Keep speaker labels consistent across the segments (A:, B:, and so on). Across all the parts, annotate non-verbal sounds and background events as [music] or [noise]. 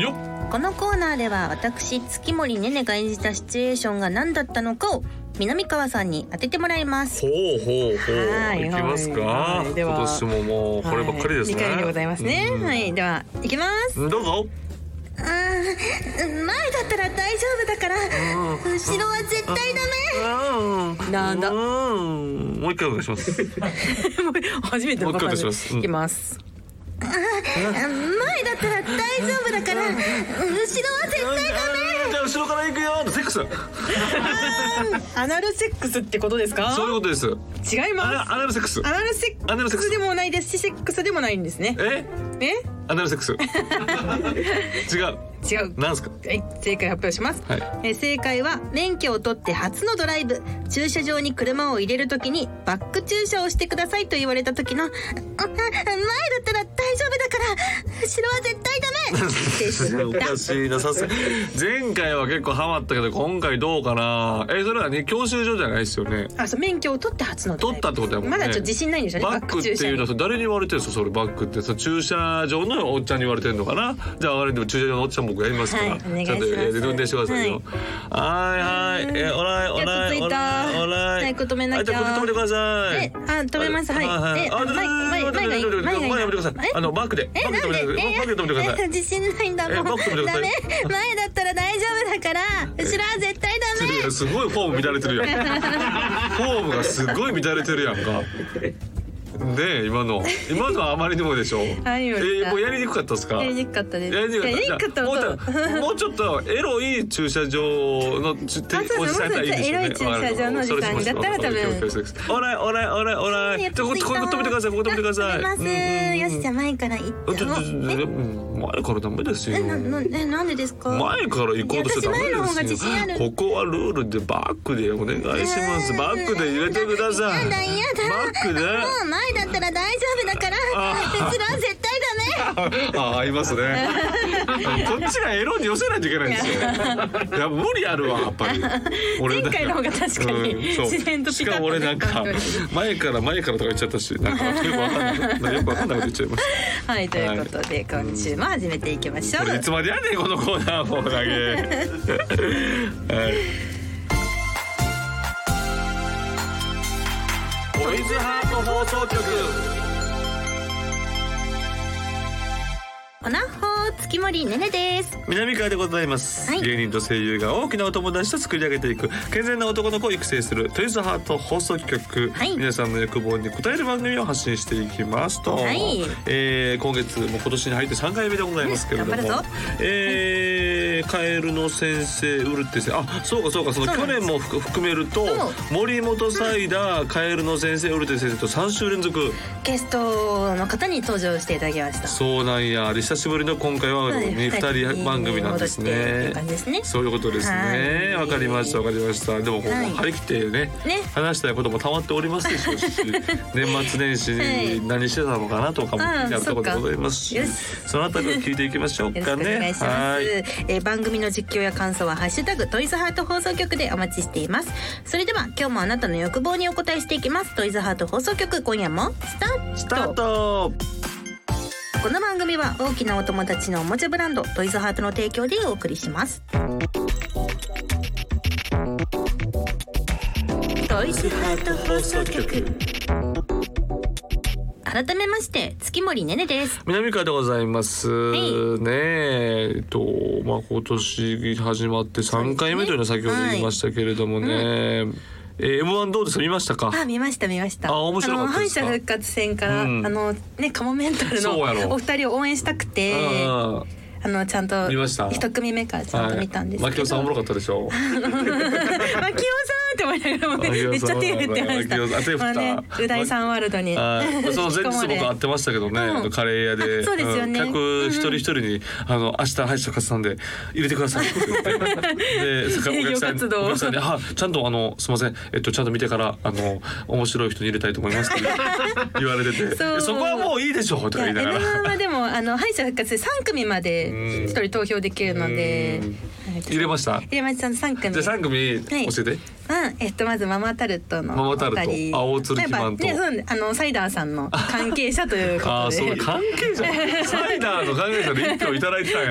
A: よっ
B: このコーナーでは私月森ねねが演じたシチュエーションが何だったのかを南川さんに当ててもらいます
A: ほうほうほう、
B: はい
A: い、きますか、
B: はいはいでは
A: 今年ももうこればっかりですね、
B: はい、二回目でございますね、
A: うん
B: はいではいきます
A: どうぞ
B: あー前だったら大丈夫だから
A: ん
B: 後ろは絶対ダ
A: うん
B: なんだ
A: うんもう一回お願いしま
B: [laughs]
A: す
B: メ初めて
A: のパターンでもう一回お願いしますうん
B: いきます前だったら大丈夫だから後ろは絶対
A: うんじゃあ後ろから行くよセックス
B: アナルセックスってことですか
A: そういうことです
B: 違い
A: ア
B: ま
A: ナアナルセックス
B: すアナルセ
A: アナ
B: ッ
A: ルセッ
B: ク
A: ク
B: スで
A: ス
B: もないですしセックスでもないんですね
A: え
B: え
A: アナルセ
B: [laughs]
A: ックス違う
B: 違う
A: なんですか
B: はい、正解発表します、
A: はい
B: えー正解は免許を取って初のドライブ駐車場に車を入れるときにバック駐車をしてくださいと言われた時のあ「前だったら大丈夫だから後ろは絶対ダメ!」で
A: お [laughs]
B: し
A: かしいなさすが
B: [laughs]
A: 前回は結構ハマったけど今回どうかなえそれはね教習所じゃないですよね
B: たあそう免許を取って初のド
A: 取
B: ライブ
A: ったってことだもんね
B: まだちょっと自信ないんでしょうね
A: バックっていうのは誰に言われてるんですかそれバックってその駐車場のおっちゃんに言われてるのかなじゃああれでも駐車場のおっちゃん僕やりますから、
B: はいお願いし
A: ち
B: ま
A: ゃん
B: す
A: とやって運転してくださいよはいはいえおらいおらい
B: やっと着いた
A: おらいおら
B: 早く止めなきゃ
A: あじゃあここで止めてください
B: えあ止めますはいえ
A: あ
B: あ前前前がいい
A: 前
B: 前がいい
A: 前やめてください
B: え
A: あのバックで
B: え
A: バッ
B: な
A: ク
B: んで
A: で止めてくださいバックで止めてください
B: え [laughs] 自信ないんだ
A: え
B: も
A: バ
B: ん
A: ック止めてくだ
B: ダ
A: さい
B: メ前だったら大丈夫だから後ろは絶対ダメ
A: いやすごいフォーム乱れてるやんフォームがすごい乱れてるやんかねえ今の今のはあまりにもでしょ
B: 何より
A: えーもうやりにくかったですか
B: やりにくかったです。
A: やりにくかった
B: やりにくかった
A: もう
B: こと
A: ちょっともうちょっとエロい駐車場のちて
B: あそうそう
A: おじさんやったらいいですよ
B: も
A: ね
B: うちょっとエロい駐車場のおじさんにだったら多分
A: オーライオーライオーライオーライ
B: や
A: じ
B: っ
A: ゃあ
B: 着
A: ことこ
B: いた
A: ここ止めてくださいここ止めてください
B: あ止
A: う
B: め
A: ん
B: ます。よしじゃあ前から行っ
A: うんち
B: て
A: ょ
B: も
A: ち
B: う。
A: ょちょうん前からダメですよ
B: えななえなんでですか。
A: 前から行こうとしてダメ
B: いや私前の方が
A: で
B: 自
A: す
B: 信ある
A: よ。ここはルールでバックでお願いします。
B: うん
A: バックで入れてください。
B: やだやだ。
A: バ
B: もう
A: ッ
B: 前だったら大丈夫だから
A: あ
B: 後ろは絶対ダメ。
A: [laughs] クで。あ、合いま
B: [laughs]
A: すね。こっちがエロに寄せないといけないんですよ。いや、無理あるわ、やっぱり。俺
B: 前回の方が確かに
A: うんそう
B: 自然とピ
A: し
B: タッと
A: かも俺なんか
B: ね
A: 前から前からとか言っちゃったし、なんかよくわかんないなんかよくわかんないこと言っちゃいまし。
B: はいということで今週も始めていきましたょ
A: これいうつ。までやねんこのコーナーもう [laughs] 投げ。はい。ボイズハート放送局。
B: おなほ月森ねねです。
A: 南川でございます、
B: はい
A: 芸人と声優が大きなお友達と作り上げていく健全な男の子を育成するトイズハート放送局、
B: はい
A: 皆さんの欲望に応える番組を発信していきますと、
B: はい
A: えー今月もう今年に入って3回目でございますけれども、
B: うん頑張るぞ
A: えーカエルの先生ウルテ先生あそうかそうかそ
B: そ
A: の
B: うな
A: 去
B: んです
A: 年も含含めると
B: そう
A: 森本サイダーカエルの先生ウルテ先生と3週連続
B: ゲストの方に登場していただきました。
A: そうなんやで久しぶりの今回は
B: はい
A: 2人番組なんです
B: 戻ってってい
A: ね
B: う。感じですね。
A: そういうことですね。
B: は
A: わ
B: い
A: かりました、わかりました。でも、こう
B: はい
A: 張り切ってね
B: ね、
A: 話したいこともたまっておりますでしょ
B: [laughs]
A: うし。年末年始
B: はい
A: に何してたのかなとかも、
B: ああ
A: やるところで
B: そっか
A: ございますし
B: よし。
A: そのあたりを聞いていきましょう
B: よろしく
A: か
B: お願
A: ね。
B: いします、
A: い。
B: えー番組の実況や感想はハッシュタグトイズハート放送局でお待ちしていますそれでは今日もあなたの欲望にお答えしていきますトイズハート放送局今夜もスタート
A: スタート。
B: この番組は大きなお友達のおもちゃブランドトイズハートの提供でお送りしますトイズハート放送局改めまして月森ねねです
A: 南川でございます。
B: い
A: ねえ、えっと、まあ、今年始まって三回目というのは先ほど言いましたけれどもね。えー M1 どうですか見ましたか
B: あ見ました見ました
A: あ面白かったですか
B: あの敗者復活戦から、
A: うん
B: あのねカモメンタル
A: そうや
B: の
A: ろ
B: お二人を応援したくてあ
A: ああ
B: のちゃんと
A: 見ました
B: 一組目からちゃんと見たんですけど、
A: マキオさんおもろかったでしょ
B: [laughs] マキオさんって思いながらもね
A: マキ
B: め
A: オ
B: っち
A: さん
B: ゃ手振ってました
A: マキオさん手振った
B: まあねう大さんワールドに
A: はいその前日僕会ってましたけどね、
B: うん
A: あのカレー屋で
B: あそうですよね
A: ん客一人一人に「あの明日敗者勝さんで入れてください」って言
B: [laughs]
A: ってでそっからお客さん
B: 営業活動
A: お客さんに「あちゃんとあのすいません、えっと、ちゃんと見てからあの面白い人に入れたいと思います」って
B: [laughs]
A: 言われてて「
B: そう
A: そこはもういいでしょ」とか言い
B: いや
A: なが
B: M1
A: ら。
B: はでもあの敗者復活で3組まで
A: うん
B: 一人投票できるので
A: うん
B: えっと
A: 入れました
B: 入れました三組
A: じゃあ三組教
B: はい
A: えて、
B: うん、えっとまずママタルトの
A: ママタルト
B: お二人
A: 青鶴肥満と
B: やっぱねそうあのサイダーさんの関係者ということ
A: あ [laughs] あ
B: で。
A: そう関係者サイダーの関係者で一票いただいてたん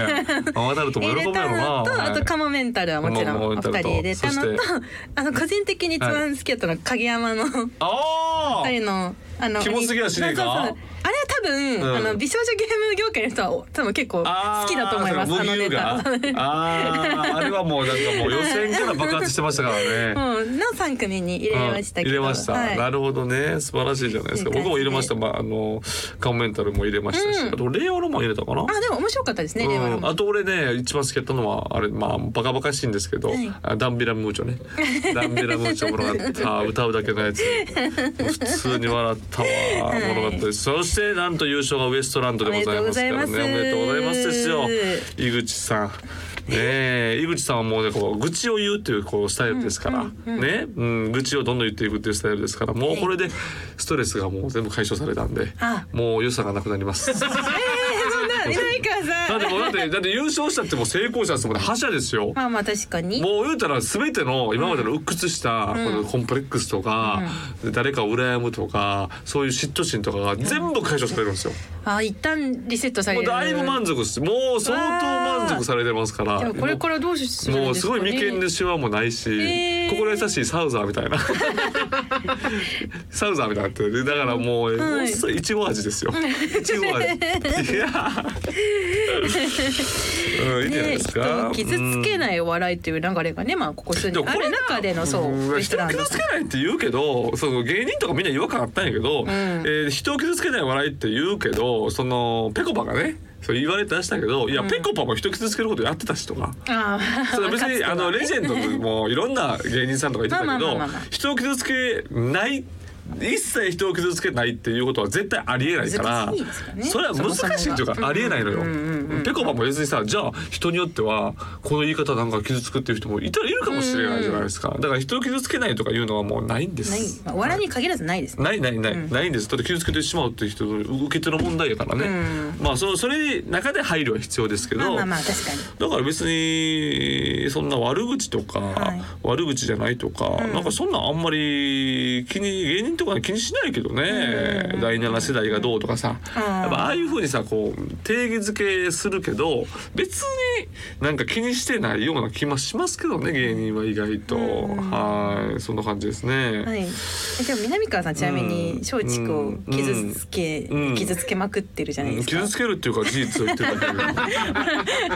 B: [laughs]
A: やママタルトも
B: 入
A: 喜ぶ
B: れ
A: や
B: た
A: ろう
B: の
A: な
B: と、
A: はい
B: あとカモメンタルはもちろんお二人入れたの
A: カモメン
B: と
A: タル
B: あの個人的に一番好きだったのは影山の二
A: ああ
B: 人のあの
A: キモすぎはしねえか
B: そうそうそうあれは多分、
A: うん
B: あの美少女ゲーム業界の人は多分結構
A: あー
B: 好きだと思います
A: そ
B: あ
A: れ
B: のネタ。
A: ブギウガあーあれはもうなんかもう予選から爆発してましたか
B: [laughs]
A: らね
B: うん、の三組に入れましたけど、
A: 入れました、
B: はい
A: なるほどね素晴らしいじゃないですか
B: いい感じで
A: 僕も入れましたまああのカモメンタルも入れましたし、
B: うん
A: あと令和ロマン入れたかな
B: あでも面白かったですね、令和ロ
A: うん、
B: マン
A: あと俺ね一番好きだったのはあれまあバカバカしいんですけど、
B: はい
A: あダンビラムーチョねダンビラムーチョもろかった歌うだけのやつ普通に笑ったわ、
B: はい
A: もろかったですそしてなんと優勝がウエストランドでございますからねお
B: おめ
A: め
B: で
A: で
B: と
A: と
B: う
A: う
B: ござ
A: ござ
B: い
A: い
B: ま
A: ますすですよ井口さんねえ井口さんはもうねこう愚痴を言うっていうこうスタイルですから、ね、うん、愚痴をどんどん言っていくっていうスタイルですからもうこれでストレスがもう全部解消されたんで
B: あ
A: もう良さがなくなります。
B: えー、そんな南川
A: だ
B: さ
A: ってもうだってだって優勝したってもう成功者ですもんね覇者ですよ。
B: まあまあ確かに
A: もう言うたら全ての今までの鬱屈したこのコンプレックスとか、誰かを羨むとかそういう嫉妬心とかが全部解消されるんですよ。
B: あ一旦リセットされ
A: も
B: る
A: うだいぶ満足してもう相当満足されてますから。
B: でもこれからどうするんですかね
A: もうすごい眉間のシワもないし、
B: へー
A: 心優しいサウザーみたいなサウザーみたいになってるだからもう、
B: はい
A: い、もういちご味ですよいちご味いや、うん、いいんじゃない
B: ね
A: で
B: 人
A: すか、
B: を傷つけない笑いという流れがね、まあここ数
A: で
B: 年
A: も
B: あ
A: これ
B: る中でのそう、
A: うん
B: レスト
A: 人を
B: ラン
A: 傷つけないって言うけどその芸人とかみんな違和感あったんやけど、えー人を傷つけない笑いって言うけどそのぺこぱがねそう言われて出したけどいや、ぺこぱも人傷つけることやってたしとか。
B: ああ
A: それ別にあのレジェンドもいろんな芸人さんとか言ってたけ
B: まあ
A: ど
B: まあまあまあまあ
A: 人を傷つけない一切人を傷つけないっていうことは絶対ありえないから
B: 難しいですよね
A: それは難しいってい
B: そもそも
A: う
B: が
A: かありえないのよ
B: うんうんうんうん。
A: ぺこぱも別にさじゃあ人によってはこの言い方なんか傷つくっていう人もいたらいるかもしれないじゃないですかだから人を傷つけないとかいうのはもうないんで
B: ない
A: す。
B: まあ笑いに限らずないですね
A: ないないない、ないんですだって傷つけてしまうっていう人の受け手の問題やからね、まあそのそれに中で配慮は必要ですけど、
B: まあまあまあ確かに
A: だから別にそんな悪口とか、
B: はい
A: 悪口じゃないとか、なんかそんなんあんまり気に芸人とか気にしないけどね、第7世代がどうとかさ、
B: うん
A: やっぱああいうふうにさこう定義づけするけど別になんか気にしてないような気もしますけどね芸人は意外と、はいそんな感じですね。
B: はい、えでも南川さんちなみに
A: うん
B: 松竹を傷つけ、
A: うん
B: 傷つけまくってるじゃないですか、
A: 傷つけるっていうか事実を言ってるだ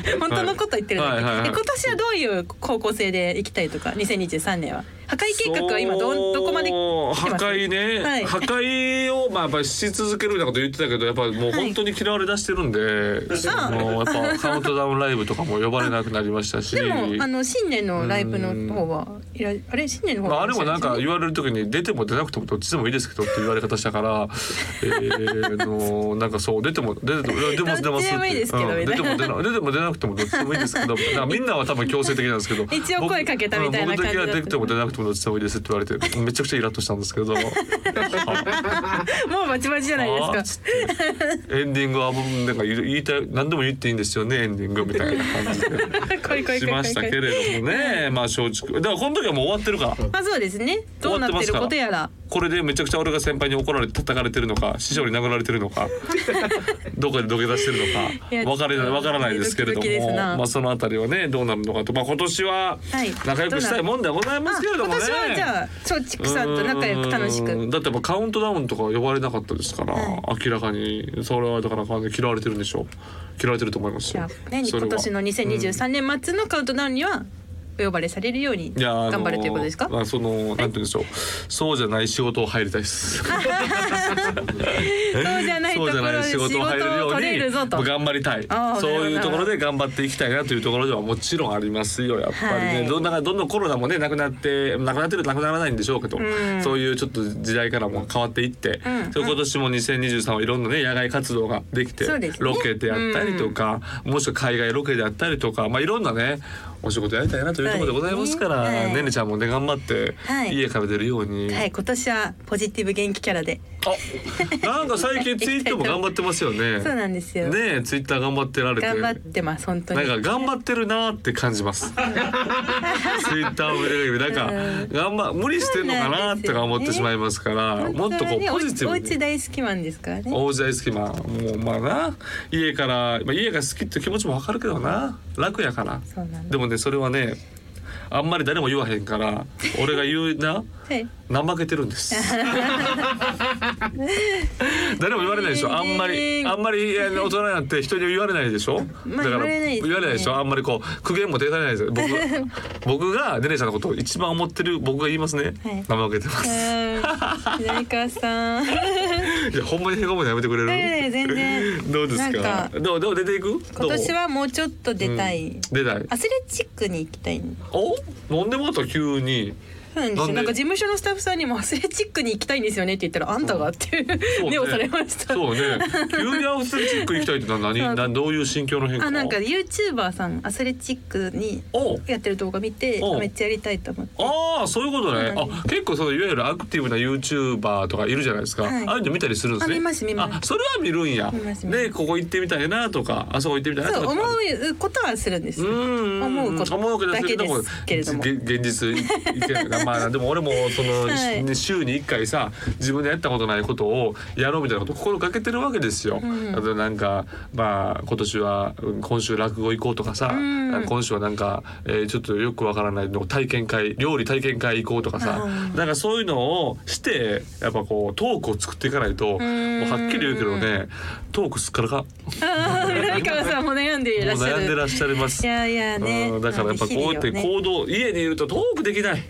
A: けで
B: 本当のこと言ってるだけ、
A: はいはいはいはい
B: え今年はどういう高校生で行きたいとか2023年は破壊計画は今
A: そう
B: どどこまで
A: 破
B: 来てます
A: 壊ね、
B: はい
A: 破壊をまあやっぱりし続けるみたいなこと言ってたけどやっぱりもう
B: はい
A: 本当に嫌われ出してるんで、そのやっぱカウントダウンライブとかも呼ばれなくなりましたし。
B: でもあの新年のライブの方はいらあれ新年の方
A: まあ、
B: は
A: あ
B: いら
A: れ
B: っしゃ
A: も
B: る
A: なんか
B: で
A: 言われる時に出ても出なくてもどっちでもいいですけどって言われ方したから、えー、あのなんかそう出ても出ても出ます出
B: どっ
A: ま
B: ち
A: す
B: でもいいですけど
A: うん
B: みた
A: 出
B: い
A: て
B: な
A: も出な出ても出なくてもどっちでもいいですけどみたいなみんなは多分強制的なんですけど
B: 一応声かけたみたいな感じだった
A: 僕僕だけは出ても出なくてもどっちでもいいですって言われてめちゃくちゃイラッとしたんですけど。
B: すよねもうバチバチじゃない
A: あー
B: で
A: っ
B: す
A: つってエンディングはもうなんか言いたい何でも言っていいんですよねエンディングみたいな
B: [laughs]
A: 感じで
B: か恋恋恋恋恋
A: しましたけれど
B: [laughs]
A: もねまあ松竹だからこの時はもう終わってるから
B: まあそうですねどうなってることやら
A: これでめちゃくちゃ俺が先輩に怒られて叩かれてるのか師匠に殴られてるの
B: [laughs]
A: かどこで土下座してる
B: いや
A: のかわかれないわからないですけれど
B: ドキドキで
A: も
B: すな
A: まあそのあたりはねどうなるのかとまあ今年は
B: はい
A: 仲良くしたいもんではございますけれどもね。
B: 私はじゃあ松竹さんと仲良く楽し
A: うー
B: く
A: んだってもうカウントダウンとか呼ばれなかったですから、
B: は
A: 明らかにそれはだから完全に嫌われてるんでしょう嫌われてると思います
B: じゃ
A: よ
B: あね
A: それ
B: 今
A: は
B: 年の2023年末のカウントダウンにはお呼ばれされるように
A: いやあの
B: 頑張るということですか
A: まあそのなんて言うんでしょうそうじゃない仕事を入りたいです
B: そうじゃないと
A: そ
B: こ
A: うじ
B: ろ
A: ゃない
B: で
A: 仕
B: 仕
A: 事
B: 事
A: を入る
B: を取れ
A: よう
B: る
A: に
B: ぞと
A: もう頑張りたい
B: あー
A: そうい
B: なるほど
A: うところで頑張っていきたいなというところではもちろんありますよやっぱりね、
B: はい
A: どんなどんどんコロナもねなくなってなくなってるなくならないんでしょうけど、
B: ん
A: そういうちょっと時代からも変わっていって、
B: うん
A: そう今年も2023はいろんなね野外活動ができて、
B: そうですね
A: ロケであったりとか、もしくは海外ロケであったりとかまあいろんなねお仕事やりたいなといういうところでございますから、
B: はいはい
A: ねねちゃんもね頑張って、
B: はい
A: 家から出るように、
B: はい、今年はポジティブ元気キャラで。
A: あなんか最近ツイートも頑張ってますよね
B: [laughs] そうなんですよ。
A: ねツイッター頑張ってられて
B: 頑張ってます、本当
A: な
B: に。
A: んか頑張ってるなーって感
B: [laughs]
A: じます。ツイッターを見てる時なんか頑張無理してんのかなーとか思ってしまいますから、
B: 本
A: もっ
B: 当は
A: とこう
B: ね
A: ポジティ
B: お
A: ブ
B: うち
A: に。
B: 大好きマンですからね。
A: 大地大好きまあもうまあな家からまあ家が好きって気持ちもわかるけどな楽やから
B: そうなん
A: で
B: だ。
A: もねそれはねあんまり誰も言わへんから俺が言うな
B: はい。
A: 怠けてるんです
B: [laughs]
A: 誰も言われないでしょあんまりあんまりあの大人になって人に言われないでしょ、
B: まあ
A: だか
B: 言
A: ら
B: われないですね
A: 言われないでしょあんまりこう苦言も出られないですよ
B: [laughs]
A: 僕が僕がねねちゃんのことを一番思ってる僕が言いますね、
B: はい
A: 怠けてま
B: う
A: す
B: ーん南川さん。い
A: [laughs] いやほんまにへこむのやめてくれる、
B: やいや全然。
A: [laughs] どうです
B: な
A: か
B: んか
A: どうどう出ていく
B: 今年
A: は
B: はもうちょっと出たい。
A: 出ない
B: アスレチックに行きたいん
A: お飲んでもらった
B: [laughs]
A: 急に
B: そうなんです
A: な
B: よ
A: んで
B: なんか事務所のスタッフさんにもアスレチックに行きたいんですよねって言ったらあんたがっていう
A: そうね
B: 目をされました
A: そうね急にアウスチック行きたいって何
B: そう
A: 何どういう心境の変化
B: あなんか YouTuber さんアスレチックに
A: お
B: やってる動画見て
A: お
B: めっちゃやりたいと思って
A: ああそういうこと
B: そ
A: ね
B: うなんです
A: あ結構そのいわゆるアクティブなユーチューバーとかいるじゃないですか、
B: はい
A: ああいうの見たりするんですね
B: あ見ます見ます
A: あそれは見るんや
B: 見ます見ます
A: でここ行ってみたいなとかあそこ行ってみたいなと
B: そう
A: か
B: 思うことはするんです
A: うんうん
B: 思うこと
A: 思うけど
B: だけですけれども
A: げ現実いけないなまあでも俺もその、
B: はい
A: ね週に一回さ自分でやったことないことをやろうみたいなことを心がけてるわけですよ、
B: うん
A: あとなんかまあ今年はうん今週落語行こうとかさ、
B: うん
A: 今週はなんか、えーちょっとよくわからないの体験会料理体験会行こうとかさ、
B: うん
A: なんかそういうのをしてやっぱこうトークを作っていかないと、
B: ん
A: もうはっきり言うけどねトークすっからかも
B: あー南川さんも悩んで
A: う
B: いらっしゃ
A: 悩んで
B: る
A: らっしゃいます
B: い。やいやね
A: うんだからやっぱこうやって
B: なんで日々をね
A: 行動、家にいるとトークできない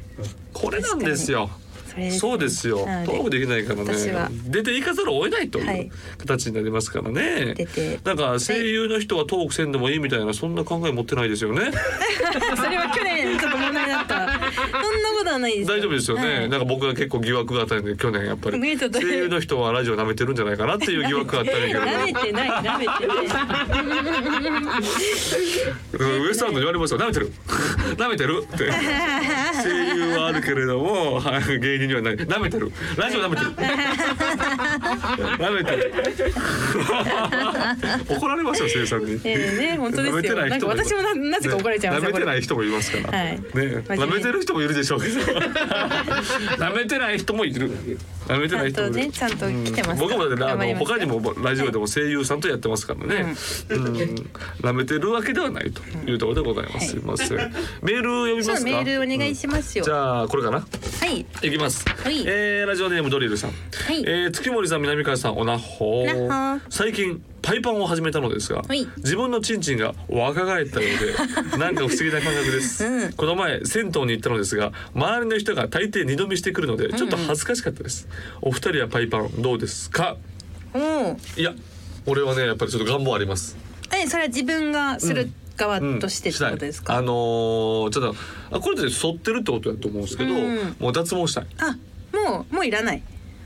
A: これなんですよ
B: それね
A: そうですよト
B: なの
A: ークできないから
B: 私は
A: ね出ていかざるを得ないと
B: は
A: いう
B: い
A: 形になりますからね、
B: 出て
A: なんか声優の人はトークせんでもいいみたいなそんな考え持ってないですよね
B: [laughs] それは去年ちょっと問題だったそんなことはないです
A: 大丈夫ですよね、
B: はい
A: なんか僕が結構疑惑があったんで去年やっぱり
B: 見えちゃった
A: 声優の人はラジオ舐めてるんじゃないかなっていう疑惑があったんや
B: [laughs] [laughs] 舐めてない舐めて
A: [laughs]
B: ない
A: けど、うんウエストランドに言われますよ舐めてる [laughs] 舐めてるって声優はあるけれどもはい芸人にはない舐めてるラジオ
B: [laughs]
A: 舐めてる舐めてる。怒られますよ、生産に。
B: ええね本当ですよ
A: 舐めてない人も
B: な
A: います
B: んか私もななぜか怒られちゃいます
A: ね
B: よ
A: 舐めてな
B: こ
A: い人もいますから。
B: はい
A: ね、
B: 真面目
A: 舐
B: に
A: めてる人もいるでしょうけ
B: [laughs]
A: ど。 [laughs] 舐めてない人もいる。舐めてない人もいる。
B: ちゃんとねちゃんと来てます
A: うん僕もね、あ
B: 頑張り
A: の、
B: ますよ
A: 他にもラジオでも声優さんとやってますからね。うん、舐めてるわけではないというところでございます。すいません。メール読み
B: そ
A: ま
B: う
A: すか。
B: メールお願いしますよ、
A: じゃあ、これかな。
B: はい
A: いきます。
B: い
A: えーラジオネームドリルさん。
B: い
A: えー月森さん、南川さん、おなほ
B: おなほ。
A: 最近パイパンを始めたのですが
B: はい、
A: 自分のチンチンが若返ったよう
B: [laughs]
A: で、なんか不思議な感覚です。この前銭湯に行ったのですが、周りの人が大抵二度見してくるので、ちょっと恥ずかしかったです。お二人はパイパンどうですか？
B: おお
A: いや、俺はね、やっぱりちょっと願望あります。
B: えそれは自分がする側
A: うん
B: としてってことです
A: したい
B: か、
A: あのーちょっとあこれで剃ってるってことだと思うんですけど
B: うん、
A: もう脱毛したい。
B: あもうもういらない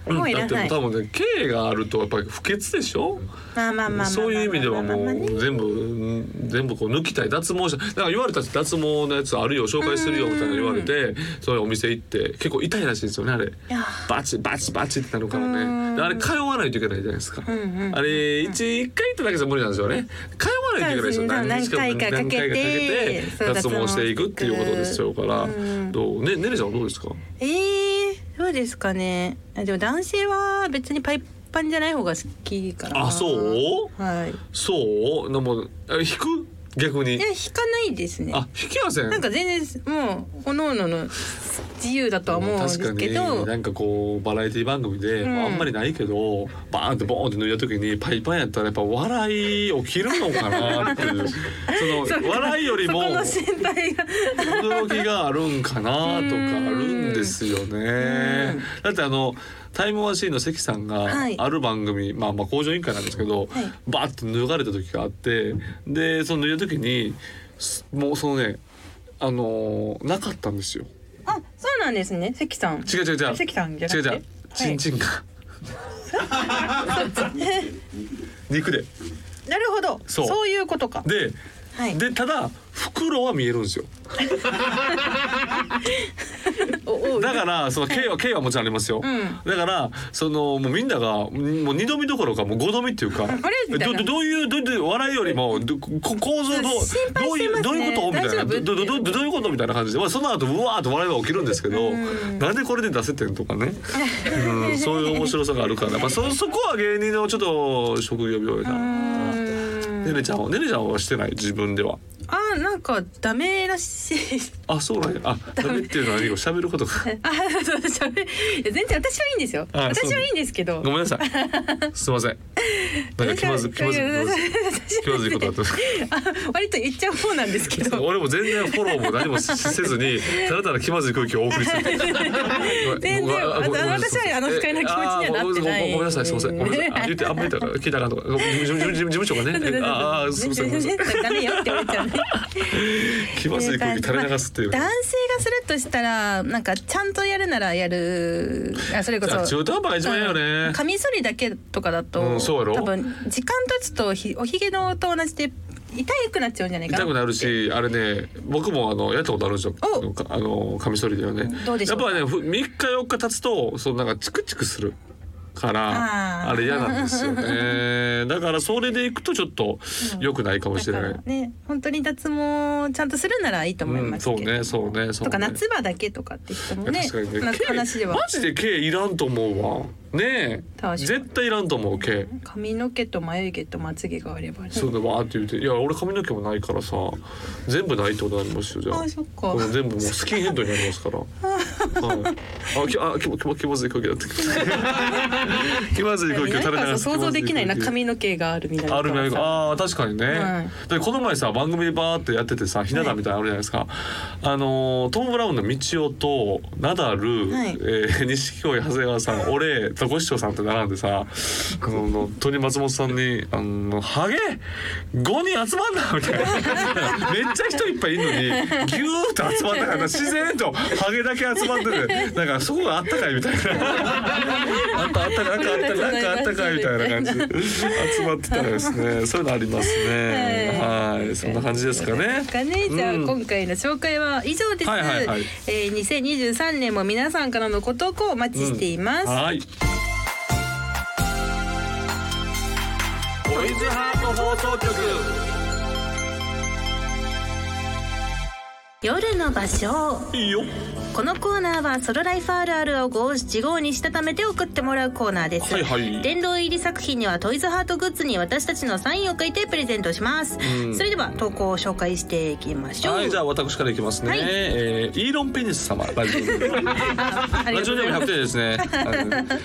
B: もうい
A: だっ
B: ら
A: て
B: ない、
A: 多分ね経があるとやっぱり不潔でしょ
B: まあまあまあまあ
A: そういう意味ではも
B: まあまあまあね
A: う全部うん全部こう抜きたい脱毛したなんか言われたって脱毛のやつあるよ紹介するよみたいな言われてそれお店行って結構痛いらしいんですよねあれ
B: や
A: バチバチバチってなるから
B: うん
A: ねであれ通わないといけないじゃないですか
B: んうんうん
A: あれ一一回行っただけじゃ無理なんですよね通わないといけないです
B: そう
A: よ
B: ですね
A: 何日
B: 何回かかけて
A: 何回かかけて脱毛していくっていうことですよから
B: うん
A: どうねねねちゃんはどうですか
B: えー、どうですかねあでも男性は別にパイパンじゃない方が好きかな
A: あそう
B: はい
A: そうでもあ引く逆に
B: いや引かないですね
A: あ引きません
B: なんか全然もう各々の自由だとは思うんですけ
A: 確か
B: ど
A: になんかこうバラエティ番組で、
B: うん
A: まああんまりないけどバーンってボーンって脱いだ時にパイパンやったらやっぱ笑い起きるのかなっていう
B: [laughs]
A: その笑いよりも
B: そこの身体が
A: 驚きがあるんかなとかあるんですよね。だってあのタイムマシーンの関さんが
B: はい
A: ある番組、まあまあ工場委員会なんですけど、
B: はい
A: バーって脱がれた時があってでその脱いだ時にすもうそのねあのなかったんですよ。
B: あそうなんですね関さん
A: 違う違う違う。
B: 関さんじゃな
A: 違う
B: くて
A: 違う。チンチ
B: [laughs]
A: ンが。肉で。
B: なるほど
A: そう
B: いうことか
A: で、
B: はい
A: でただ袋は見えるんですよ
B: おお
A: だからその刑は刑はもちろんありますよ、
B: ん
A: だからそのもうみんながもう2度見どころかもう5度見っ
B: [laughs]
A: ていうか
B: みたいな
A: どどどういうどういう笑いよりもどこ構造どう
B: 心配
A: どう
B: して
A: い
B: ますね
A: うどういうことみたい
B: 大
A: な
B: 丈夫ってい
A: ど
B: う
A: どどどういうことみたいな感じで、まあ、その後うわーっと笑いは起きるんですけど、
B: うん
A: なんでこれで出せてんとかね、うん、そういう面白さがあるから、まあ、そそこは芸人のちょっと職業病
B: う
A: だ。
B: ーん
A: ねねちゃんはねねちゃんはしてない自分では。
B: あなんかダメらしい
A: あそうなんや。あダメっていうのは何か喋ることか。
B: あそうしゃべいや全然私はいいんですよ
A: あそう
B: 私はいいんですけど
A: ごめんなさい。すいません。なんか気まず気まずい気まずい気まずいことあった。
B: あ割と言っちゃう方なんですけ [laughs] ど
A: 俺も全然フォローも何もせずにただただ気まずい空気をお送りする。
B: 全然
A: ごめんごめん
B: あ私はあの不快な気持ちにはなってない
A: えーあーごめんごめんごめんなさいすいませんごめんなさいあ言ってあんまりだから聞いたらあかんとかごめん事務事務事務所がねえあ
B: [laughs]
A: あすいませんごめんなさい
B: ダメよって言われちゃうね
A: 気まずい空気垂れ流すっていう
B: 男。性がするとしたらなんかちゃんとやるならやるあそれこ
A: あ
B: そ
A: 中途半端が一番いいよね。
B: カミソリだけとかだと、
A: うんそうやろ
B: 多分時間経つとひおひげのと同じで痛くなっちゃうんじゃないかな
A: 痛くなるしあれね僕もあのやったことあるんですよ
B: お
A: あのカミソリだよね
B: どうでしょうか
A: やっぱねふ3日4日経つとそのなんかチクチクするから
B: あー
A: あれ嫌なんです
B: [laughs]
A: よねだからそれでいくとちょっと良くないかもしれ
B: だ
A: な
B: か
A: い、
B: らね本当に脱毛ちゃんとするならいいと思い
A: うん
B: ます
A: そう
B: けど、
A: ねそうねそうね
B: とか夏場だけとかって人
A: い
B: も
A: や
B: ね
A: 確かに
B: な
A: ね
B: 話で
A: 毛
B: は
A: マジで毛いらんと思うわね
B: 確か
A: え
B: に
A: 絶対いらんと思う毛
B: 髪の毛と眉毛とまつげがあればね
A: そうだわーって言っていや俺髪の毛もないからさ全部ないってことになりますよじゃあ
B: あそっか
A: うん全部もうスキンヘッドになりますから。はい。あ、き、あ、きも、きも、気まずい空気だった。
B: [laughs]
A: 気まずい空気を垂れ流
B: なんか
A: す。
B: 想像できないな
A: 気まず空気
B: 髪の毛があるみたいな
A: あるね。ああ、確かにね。
B: は
A: で、この前さ、番組でバーってやっててさ、ひな壇みたいなのあるじゃないですか。あのー、トムブラウンの道夫と、ナダル、
B: はい
A: えー [laughs] 錦鯉長谷川さん、俺、とご市長さんって並んでさ。この、鳥松本さんに、あの、ハゲ。五人集まんなみたいな。
B: [laughs]
A: めっちゃ人いっぱいいるのに、ぎゅーっと集まったから、自然とハゲだけ集まってて、なんか、そこがあったかいみたいな。あった、あったかい、なんかあったかい、なんかあったかいみたいな感じ。集まってたらです [laughs] ね。そういうのありますね。
B: は
A: はい、そんな感じですかね。
B: かねじゃあ
A: うん
B: 今回の紹介は以上です。
A: はいはいはい
B: えー2023年も皆さんからのご投稿お待ちしています。
A: はい。ボイズハート放送局。
B: 夜の場所。
A: いいよ。
B: このコーナーはソロライフあるあるを五七五にしたためて送ってもらうコーナーです。
A: はいはい
B: 殿堂入り作品にはトイズハートグッズに私たちのサインを書いてプレゼントします。
A: うん
B: それでは投稿を紹介していきましょう。
A: はい、じゃあ私からいきますね。
B: はい
A: えーイーロンペニス様。ラジオネーム
B: あありが
A: ラ
B: と
A: ジオ
B: うござい
A: ネーム
B: ます
A: 100点ですね。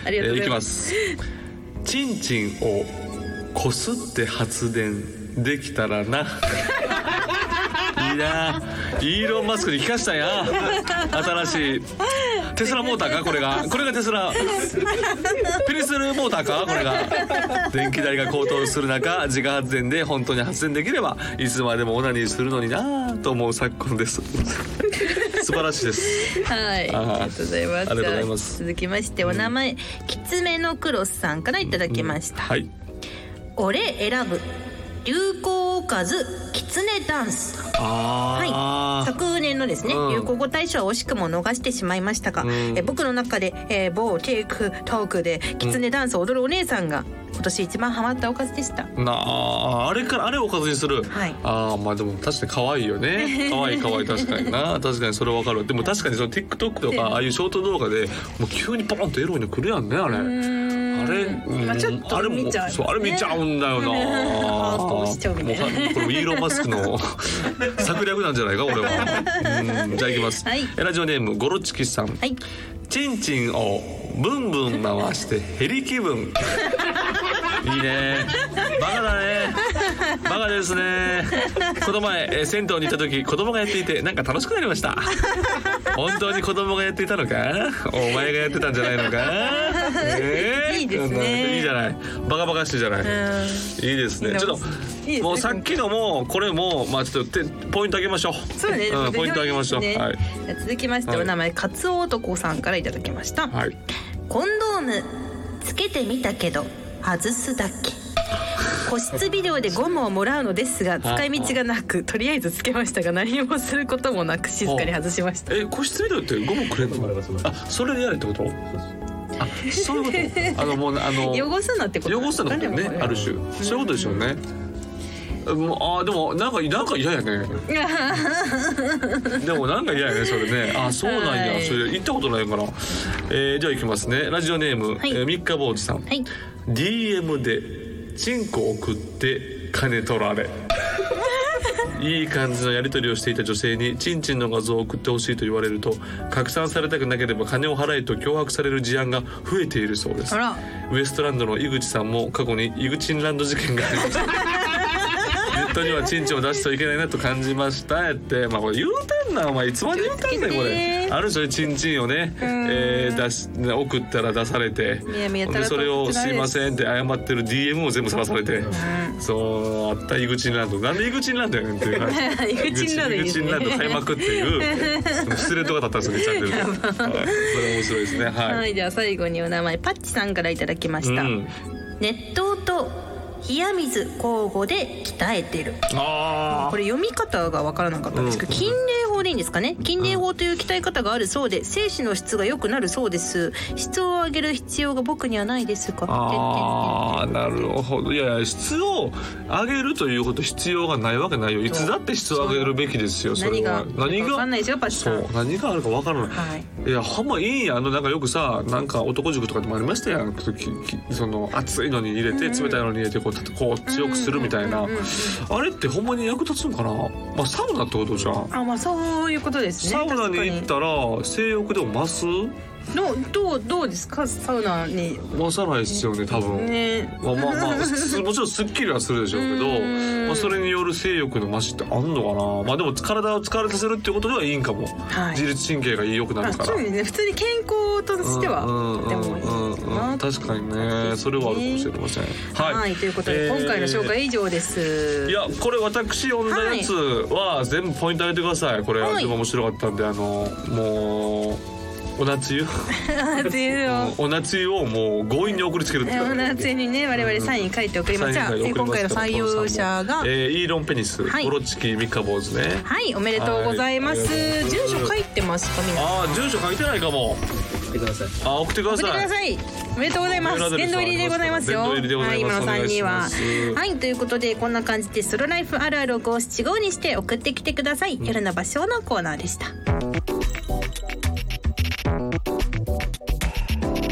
B: [laughs] ありがとうございます
A: えーいきます。チンチンをこすって発電できたらな。 [laughs] いいな。イーロンマスクに聞かしたんや。新しい。テスラモーターかこれが。これがテスラ。ペニスルモーターかこれが。電気代が高騰する中、自家発電で本当に発電できれば、いつまでもオナニーするのになぁと思う昨今です。素晴らしいです。
B: はい、
A: あー
B: ありがとうございます。
A: ありがとうございます
B: じゃあ続きましてお名前、きつめのクロスさんからいただきました。
A: はい。
B: 俺選ぶ流行おかずきつねダンス。は
A: あ
B: い、
A: ー
B: 昨年のですね、
A: うん
B: 流行語大賞は惜しくも逃してしまいましたが、
A: うん
B: え僕の中で、えー、某テイクトークできつねダンスを踊るお姉さんが今年一番ハマったおかずでした。
A: なああれからあれをおかずにする、
B: はい
A: ああまあでも確かに可愛い
B: [laughs]
A: よね可愛い可愛い確かにな確かにそれわかるでも確かにその TikTok とかああいうショート動画でもう急にポンとエロいの来るやんねあれあれ、うん
B: まあちょっと
A: あれも
B: 見ちゃう
A: そうあれ見ちゃうんだよ
B: [laughs]
A: な、
B: あーこう押しちゃうみたいな
A: もうこれイーロンマス
B: [laughs]
A: クの策略なんじゃないか俺はうんじゃあいきます、
B: はい
A: ラジオネームゴロチキさん、
B: はい、
A: チンチンをブンブン回してヘリ気分 [laughs] いいねバカだねバカですねこの前えー銭湯に行った時子供がやっていてなんか楽しくなりました本当に子供がやっていたのかお前がやってたんじゃないのか、ね
B: [laughs]
A: え
B: いいですね
A: いいじゃないバカバカしいじゃない、
B: うん
A: いいですねちょっと
B: いいですね
A: もうさっきのもこれもまあちょっとてポイントあげましょう
B: そうだね、
A: ん、ポイントあげましょう、
B: ね
A: はい、
B: じゃあ続きまして、
A: はい
B: お名前カツオ男さんからいただきました。
A: はい [laughs]
B: コンドームつけてみたけど外すだけ個室ビデオでゴムをもらうのですが使い道がなくとりあえずつけましたが何もすることもなく静かに外しました
A: え個室ビデオってゴムくれん
C: あり
A: の
C: ますあり
A: あ
C: ます
A: それでやれってことあそういうことあのもうあの
B: 汚すなってこと
A: 汚したのことねある種そういうことでしょうね、もうあーでもなんかなんか嫌やねでもなんか嫌やねそれねあーそうなんや、
B: はい
A: それ行ったことないから、えー、じゃあ行きますねラジオネーム、
B: はい
A: えー三日坊主さん、
B: はい
A: [laughs] DM でチンコ送って金取
B: [laughs]
A: られいい感じのやり取りをしていた女性にチンチンの画像を送ってほしいと言われると拡散されたくなければ金を払えと脅迫される事案が増えているそうです
B: あら
A: ウエストランドの井口さんも過去に井口ランド事件がありました
B: [laughs]
A: ネットにはチンチンを出してはいけないなと感じましたやってまあこれ言うてんなお前いつまで言うてんねんこ
B: 気をつけ
A: れ
B: て
A: あるでしょチンチンをね、えー出し送ったら出されて
B: いや見当たら
A: でそれを「
B: 取ら
A: す
B: れ
A: い
B: る
A: ません」って謝ってる DM を全部晒されて、そうあった井口ランドなんで井口ランドやねんっていう感
B: [laughs]
A: じ
B: 井口ランドいいですね
A: 井口ランド買いまくっていう失礼とかだったんですよねチャンネルで、はい、それ面白いですねはい、
B: [laughs] はい、じゃあ最後にお名前パッチさんからいただきました、
A: うん
B: 熱湯と冷や水交互で鍛えてる
A: あ
B: これ読み方がわからなかったんですけど、
A: うん
B: 金霊法でいいんですかね金霊法という鍛え方があるそうで精子の質が良くなるそうです質を上げる必要が僕にはないですか
A: ああなるほどいやいや質を上げるということ必要がないわけないよいつだって質を上げるべきですよそれ
B: 何
A: は
B: が
A: 何
B: わか
A: が
B: んないですよパッチ
A: そ
B: さん
A: う何があるかわからない、
B: はい
A: いやほんまいいんやあのなんかよくさなんか男塾とかでもありましたやんききその熱いのに入れて冷たいのに入れてこうたこう強くするみたいな
B: うんうんうん
A: あれってほんまに役立つのかな、まあ、サウナってことじゃん
B: あまあそういうことですね
A: サウナに行ったら性欲でも増す
B: 確かにどうどうどうですかサウナに
A: 増さないですよね多分。
B: ね
A: まあまあ
B: [laughs]
A: まあす [laughs] もちろんすっきりはするでしょうけ
B: う
A: ど、
B: ーん
A: まあ、それによる性欲の増しってあんのかなまあでも体を疲れさせるっていうことではいいんかも、
B: はい
A: 自律神経が良くな
B: まあ
A: るか
B: そ
A: ら
B: う。ですね普通に健康としては
A: うん
B: とてもいい
A: うん
B: か
A: うんうん
B: な
A: 確かにねそれはあるかもしれません
B: はい、
A: はい
B: ということで、
A: えー
B: 今回の紹介以上です
A: い
B: [laughs]
A: やこれ私読んだやつは全部ポイントあげてくださいこれ
B: はい
A: でも面白かったんであのもうおなつゆ
B: [laughs] っていう [laughs] のを
A: おなつゆをもう強引に送りつけるってい
B: え
A: う
B: ーお夏にね我々サイン書いて送りますじゃあえー今回の採用者が
A: えーイーロン・ペニス、
B: はい
A: オロチキ三日坊主ね
B: はいおめでとうございます、
A: はいありがとうご
B: 住
A: ざいます
B: 所書いてますかみんな
A: ああ住所書いてないかも
C: 見てください
A: あ送ってくだ
B: 送ってく
A: さい
B: ださいおめでとうございま
A: メールア
B: す
A: ドレス
B: 殿堂入りでございますよ
A: 殿堂入りでございます
B: はい今の3人
A: お願
B: はい
A: します
B: はいということでこんな感じでソロライフあるあるを五七五にして送ってきてください夜の場所のコーナーでした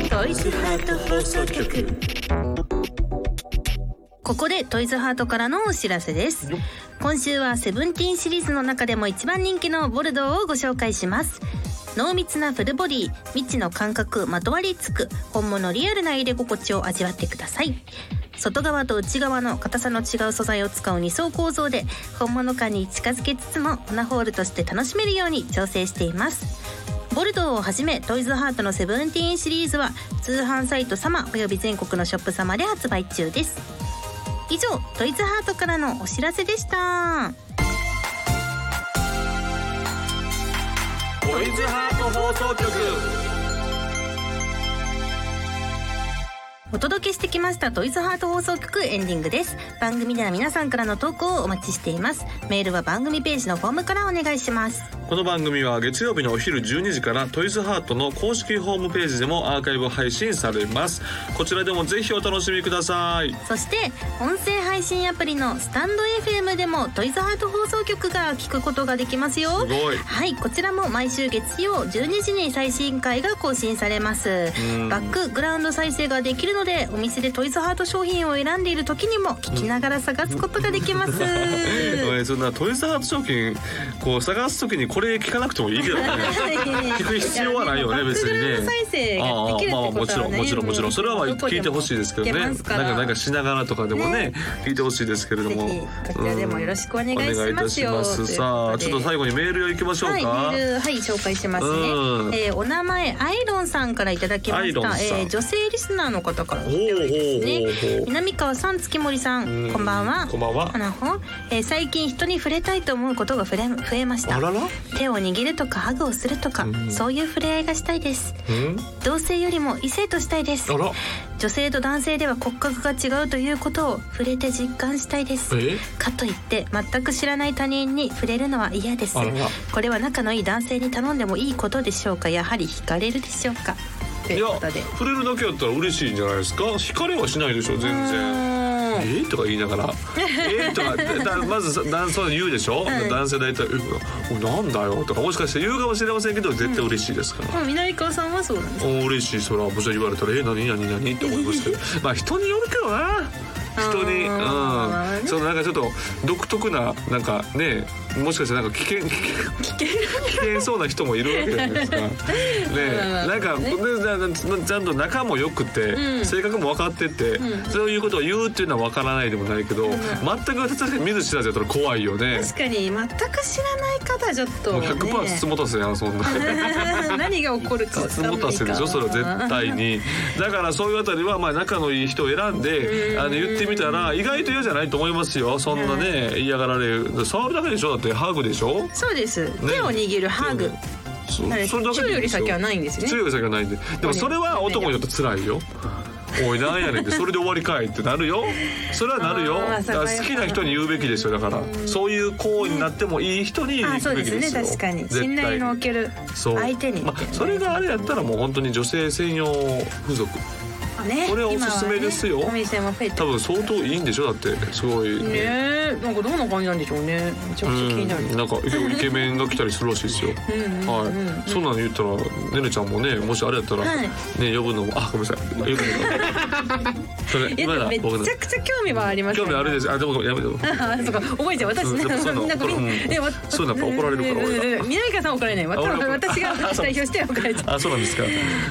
B: トイズハート放送局ここでトイズハートからのお知らせです今週はセブンティーンシリーズの中でも一番人気のボルドーをご紹介します濃密なフルボディ未知の感覚まとわりつく本物リアルな入れ心地を味わってください外側と内側の硬さの違う素材を使う2層構造で本物感に近づけつつもオナホールとして楽しめるように調整していますボルドーをはじめトイズハートのセブンティーンシリーズは通販サイト様および全国のショップ様で発売中です以上トイズハートからのお知らせでした
A: トイズハート放送局
B: お届けしてきましたトイズハート放送局エンディングです番組では皆さんからの投稿をお待ちしていますメールは番組ページのフォームからお願いします
A: この番組は月曜日のお昼12時からトイズハートの公式ホームページでもアーカイブ配信されますこちらでもぜひお楽しみください
B: そして音声配信アプリのスタンド FM でもトイズハート放送局が聞くことができますよ
A: すごい
B: はいこちらも毎週月曜12時に最新回が更新されます
A: うん
B: バックグラウンド再生ができるのでお店でトイズハート商品を選んでいる時にも聞きながら探すことができます [laughs]
A: おいそんなトイズハート商品こう探すときにこれ聞かなくてもいいけどね聞
B: 聞
A: く必要はないよね別にね
B: バックグラウンド再生ができるって
A: ああまあまあ
B: こ
A: もち
B: と
A: ろ
B: は
A: ん
B: ね
A: もちろんもちろんそれはまあ聞いてほしいですけどねなんかなんかしながらとかでもね聞いてほしいですけれども
B: ぜひこちらでもよろしくお願いしますよ
A: うんお願いいたしますさあ
B: と
A: ち
B: いうことで
A: ょっと最後にメールを行きましょうか、
B: はい、メールはい紹介しますね
A: う。ん
B: えーお名前アイロンさんからいただきま
A: アイ
B: し
A: ロン
B: た。
A: さん
B: えー女性リスナーの方からのお便りです
A: ほうほうほ
B: ね
A: うほう。
B: 南川さん、月森さ
A: うん
B: ん、こんばんは。
A: こんばんは
B: あのほ、えー最近人に触れたいと思うことが増え増えまし
A: あ
B: た。
A: らら
B: 手を握るとかハグをするとか、
A: うん
B: そういう触れ合いがしたいです
A: うん
B: 同性よりも異性としたいです
A: あら
B: 女性と男性では骨格が違うということを触れて実感したいです
A: え
B: かといって全く知らない他人に触れるのは嫌です
A: あらら
B: これは仲のいい男性に頼んでもいいことでしょうかやはり惹かれるでしょうかと
A: い
B: い
A: や
B: うことで
A: 触れるだけやったら嬉しいんじゃないですか惹かれはしないでしょ全然。え
B: 然
A: ー、とか言いながら「えー」とかだだまずさ男性は言うでしょ、
B: ん
A: 男性大体「えなんだよ」とかもしかして言うかもしれませんけど絶対嬉しいですから、
B: 南川さんはそうなんです
A: お嬉しいそらもちろん言われたら「え何何何?」って思いますけ
B: [laughs]
A: どまあ人によるけどな人に
B: あー
A: うんそのなんかちょっと独特ななんかねもしかしたらなんか危険危険危険そうな人もいるわけじゃない
B: [laughs]
A: ですかね
B: まあ
A: なんか
B: ね
A: ねななちゃんと仲も良くて、
B: うん
A: 性格も分かってて、
B: うん
A: そういうことを言うっていうのは分からないでもないけど、
B: ん
A: 全く確かに見ず知らずやったら怖いよね
B: 確かに全く知らない方はちょっと、
A: もう
B: ね、
A: 100%つつもたせやんそん
B: [laughs]
A: な。
B: 何が起こるかわか
A: つ
B: んない
A: も
B: から
A: たせでしょそれは絶対にだからそういうあたりはまあ仲のいい人を選んであの言ってみたら意外と嫌じゃないと思いますよそんなね嫌がられる触るだけでしょだってハグでしょ
B: そうです手を握るハグ
A: そ
B: はい
A: それだけ
B: 中より先は
A: な
B: な
A: い
B: いんですね
A: 中より先はないんででもそれは男によって辛いよおいなんやねん
B: [laughs]
A: ってそれで終わりかいってなるよそれはなるよ
B: あー
A: だから好きな人に言うべきですよだからそういう行為になってもいい人に
B: あ
A: 言
B: そう
A: うべ
B: で
A: き
B: す
A: で
B: ね
A: す
B: 確
A: よ
B: かに
A: 絶対
B: 信頼のおける
A: そう
B: 相手に
A: まあ、それがあれやったらもう本当に女性専用付属
B: ね
A: これおすすめですよ
B: 今はねお店も増えて
A: 多分相当いいんでしょだってすごい、
B: ねえなんかどんな感じなんでしょうねめちゃ
A: う
B: くちゃ気に
A: ん
B: なる、
A: なんか結構イケメンが来たりするらしいですよ
B: [laughs] うんうん
A: はい、
B: うん
A: そんなの言ったらねねちゃんもねもしあれやったら、
B: はい
A: ね呼ぶのもあごめんなさいよくない
B: [laughs]
A: それ
B: いや
A: 今だ
B: でも
A: 僕
B: め
A: の
B: ちゃくちゃ興味はあります
A: 興味あるですあでも
B: [laughs]
A: やめて
B: あそうか覚えちゃう私
A: うん
B: ね
A: やっぱそういうの
B: なんかみん
A: 怒らうん
B: えわ
A: そういうのやっぱ怒られるから俺が
B: うんうんうん南川さんは怒られないわ
A: あ俺は怒ら
B: 私が代表しては怒られちゃう
A: あそうなんですか。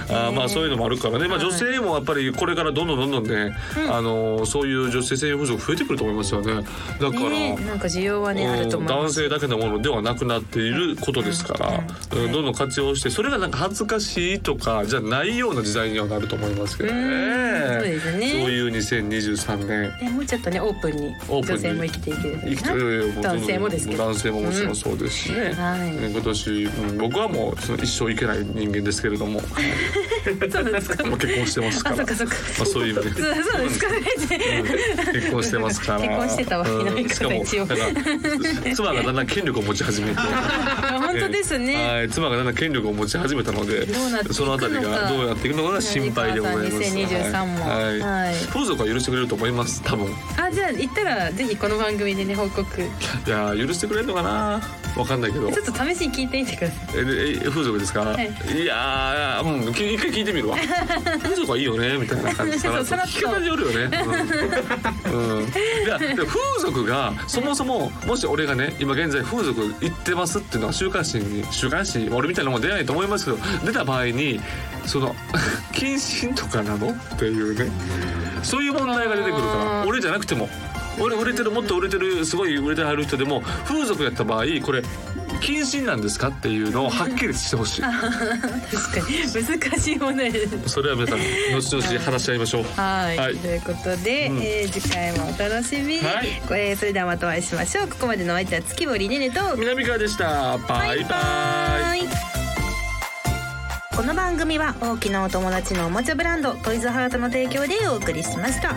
A: あまあそういうのもあるからね。まあ
B: はい
A: 女性もやっぱりこれからどんどんどんどんね、あのそういう女性専用風俗増えてくると思いますよね。だから。
B: ねえなんか需要はねあると
A: うん
B: 思いま
A: 男
B: す
A: 性だけのものではなくなっていることですから、うんどんどん活用してそれがなんか恥ずかしいとかじゃないような時代にはなると思いますけどね。
B: うんそうですね
A: そういう2023年
B: ねもうちょっとねオープンに
A: オープ
B: 女
A: ンに
B: 性も生きていけるとい
A: 生
B: い
A: き
B: か
A: て
B: な
A: るもう
B: 男性もですけど
A: 男性ももちろんそうですしね、
B: はい
A: ね今年、うん僕はもうその一生いけない人間ですけ
B: [laughs]
A: れども
B: そうなんですか
A: もう結婚してますか
B: あ
A: ら
B: そっかそっか
A: まあ、そういう意味で
B: そうそうですかね
A: [laughs] 結婚してますか
B: [laughs]
A: ら。
B: 結婚してたわ
A: うん
B: 南
A: しか
B: 川さん
A: も
B: 一応 [laughs]
A: なんか妻がだんだん権力を持ち始めて。
B: あ本当ですね
A: はい、妻がだんだん権力を持ち始めたので
B: どうなっていくのか
A: そのあたりがどうなっていくのかが心配でございます。
B: 南川さん2023も
A: はいは
B: はいい。
A: 風俗は許してくれると思います。多分。
B: あじゃあ行ったらぜひこの番組でね報告ち
A: いやー許してくれるのかな。わかんないけど。
B: ょっと試しに聞いてみてください
A: ええ風俗ですか。
B: はい
A: い、やーうんき一回聞いてみ
B: [laughs]
A: るわ。風俗はいいよねみたいな感じかな。
B: そうさらっと
A: 聞き方によるよね。うん。うん、いやでも風俗がそもそももし俺がね今現在風俗行ってますっていうのは週刊誌に週刊誌俺みたいなのも出ないと思いますけど出た場合にその [laughs] 謹慎とかなのっていうねそういう問題が出てくるから
B: あー
A: 俺じゃなくても。俺売れてるもっと売れてるすごい売れてはる人でも風俗やった場合これ謹慎なんですかっていうのをはっきりしてほしい
B: 確かに難しい問題です
A: それは皆さん後々話し合いましょう
B: はい、
A: [laughs] はい
B: ということで、
A: うん
B: えー次回もお楽しみに、
A: はい
B: これそれではまたお会いしましょうここまでのお相手は月森ねねと
A: 南川でしたバイバイ
B: イこの番組は大きなお友達のおもちゃブランドトイズハートの提供でお送りしました